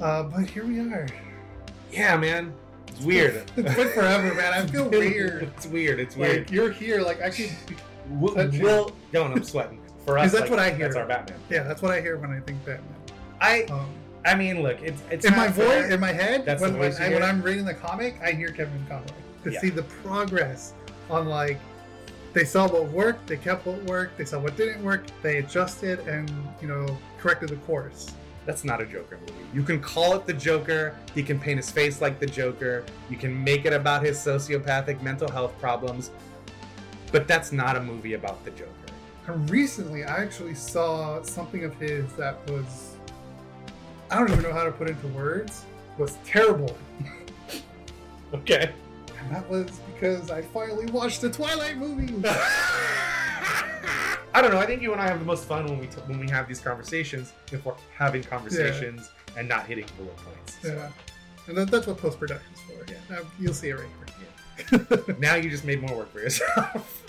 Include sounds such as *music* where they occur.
Uh, but here we are. Yeah, man. It's weird. *laughs* It's been forever, man. I feel weird. *laughs* It's weird. It's Like weird. you're here. Like I could. Will, that's- Will Don't, I'm sweating. For us, Because that's like, what I hear. That's our Batman. Yeah, that's what I hear when I think Batman. I, Um, I mean, look, it's it's in not my fair. voice, in my head, That's when, the when, voice you I, when hear? I'm reading the comic, I hear Kevin Conroy to Yeah. see the progress on like they saw what worked, they kept what worked, they saw what didn't work, they adjusted and you know corrected the course. That's not a Joker movie. You can call it the Joker. He can paint his face like the Joker. You can make it about his sociopathic mental health problems. But that's not a movie about the Joker. And recently, I actually saw something of his that was I don't even know how to put into words was terrible, Okay. and that was because I finally watched the Twilight movie. *laughs* I don't know. I think you and I have the most fun when we t- when we have these conversations. If we're having conversations and not hitting bullet points. yeah, and that, that's what post production's for. Yeah. Uh, you'll see it right here. now you just made more work for yourself.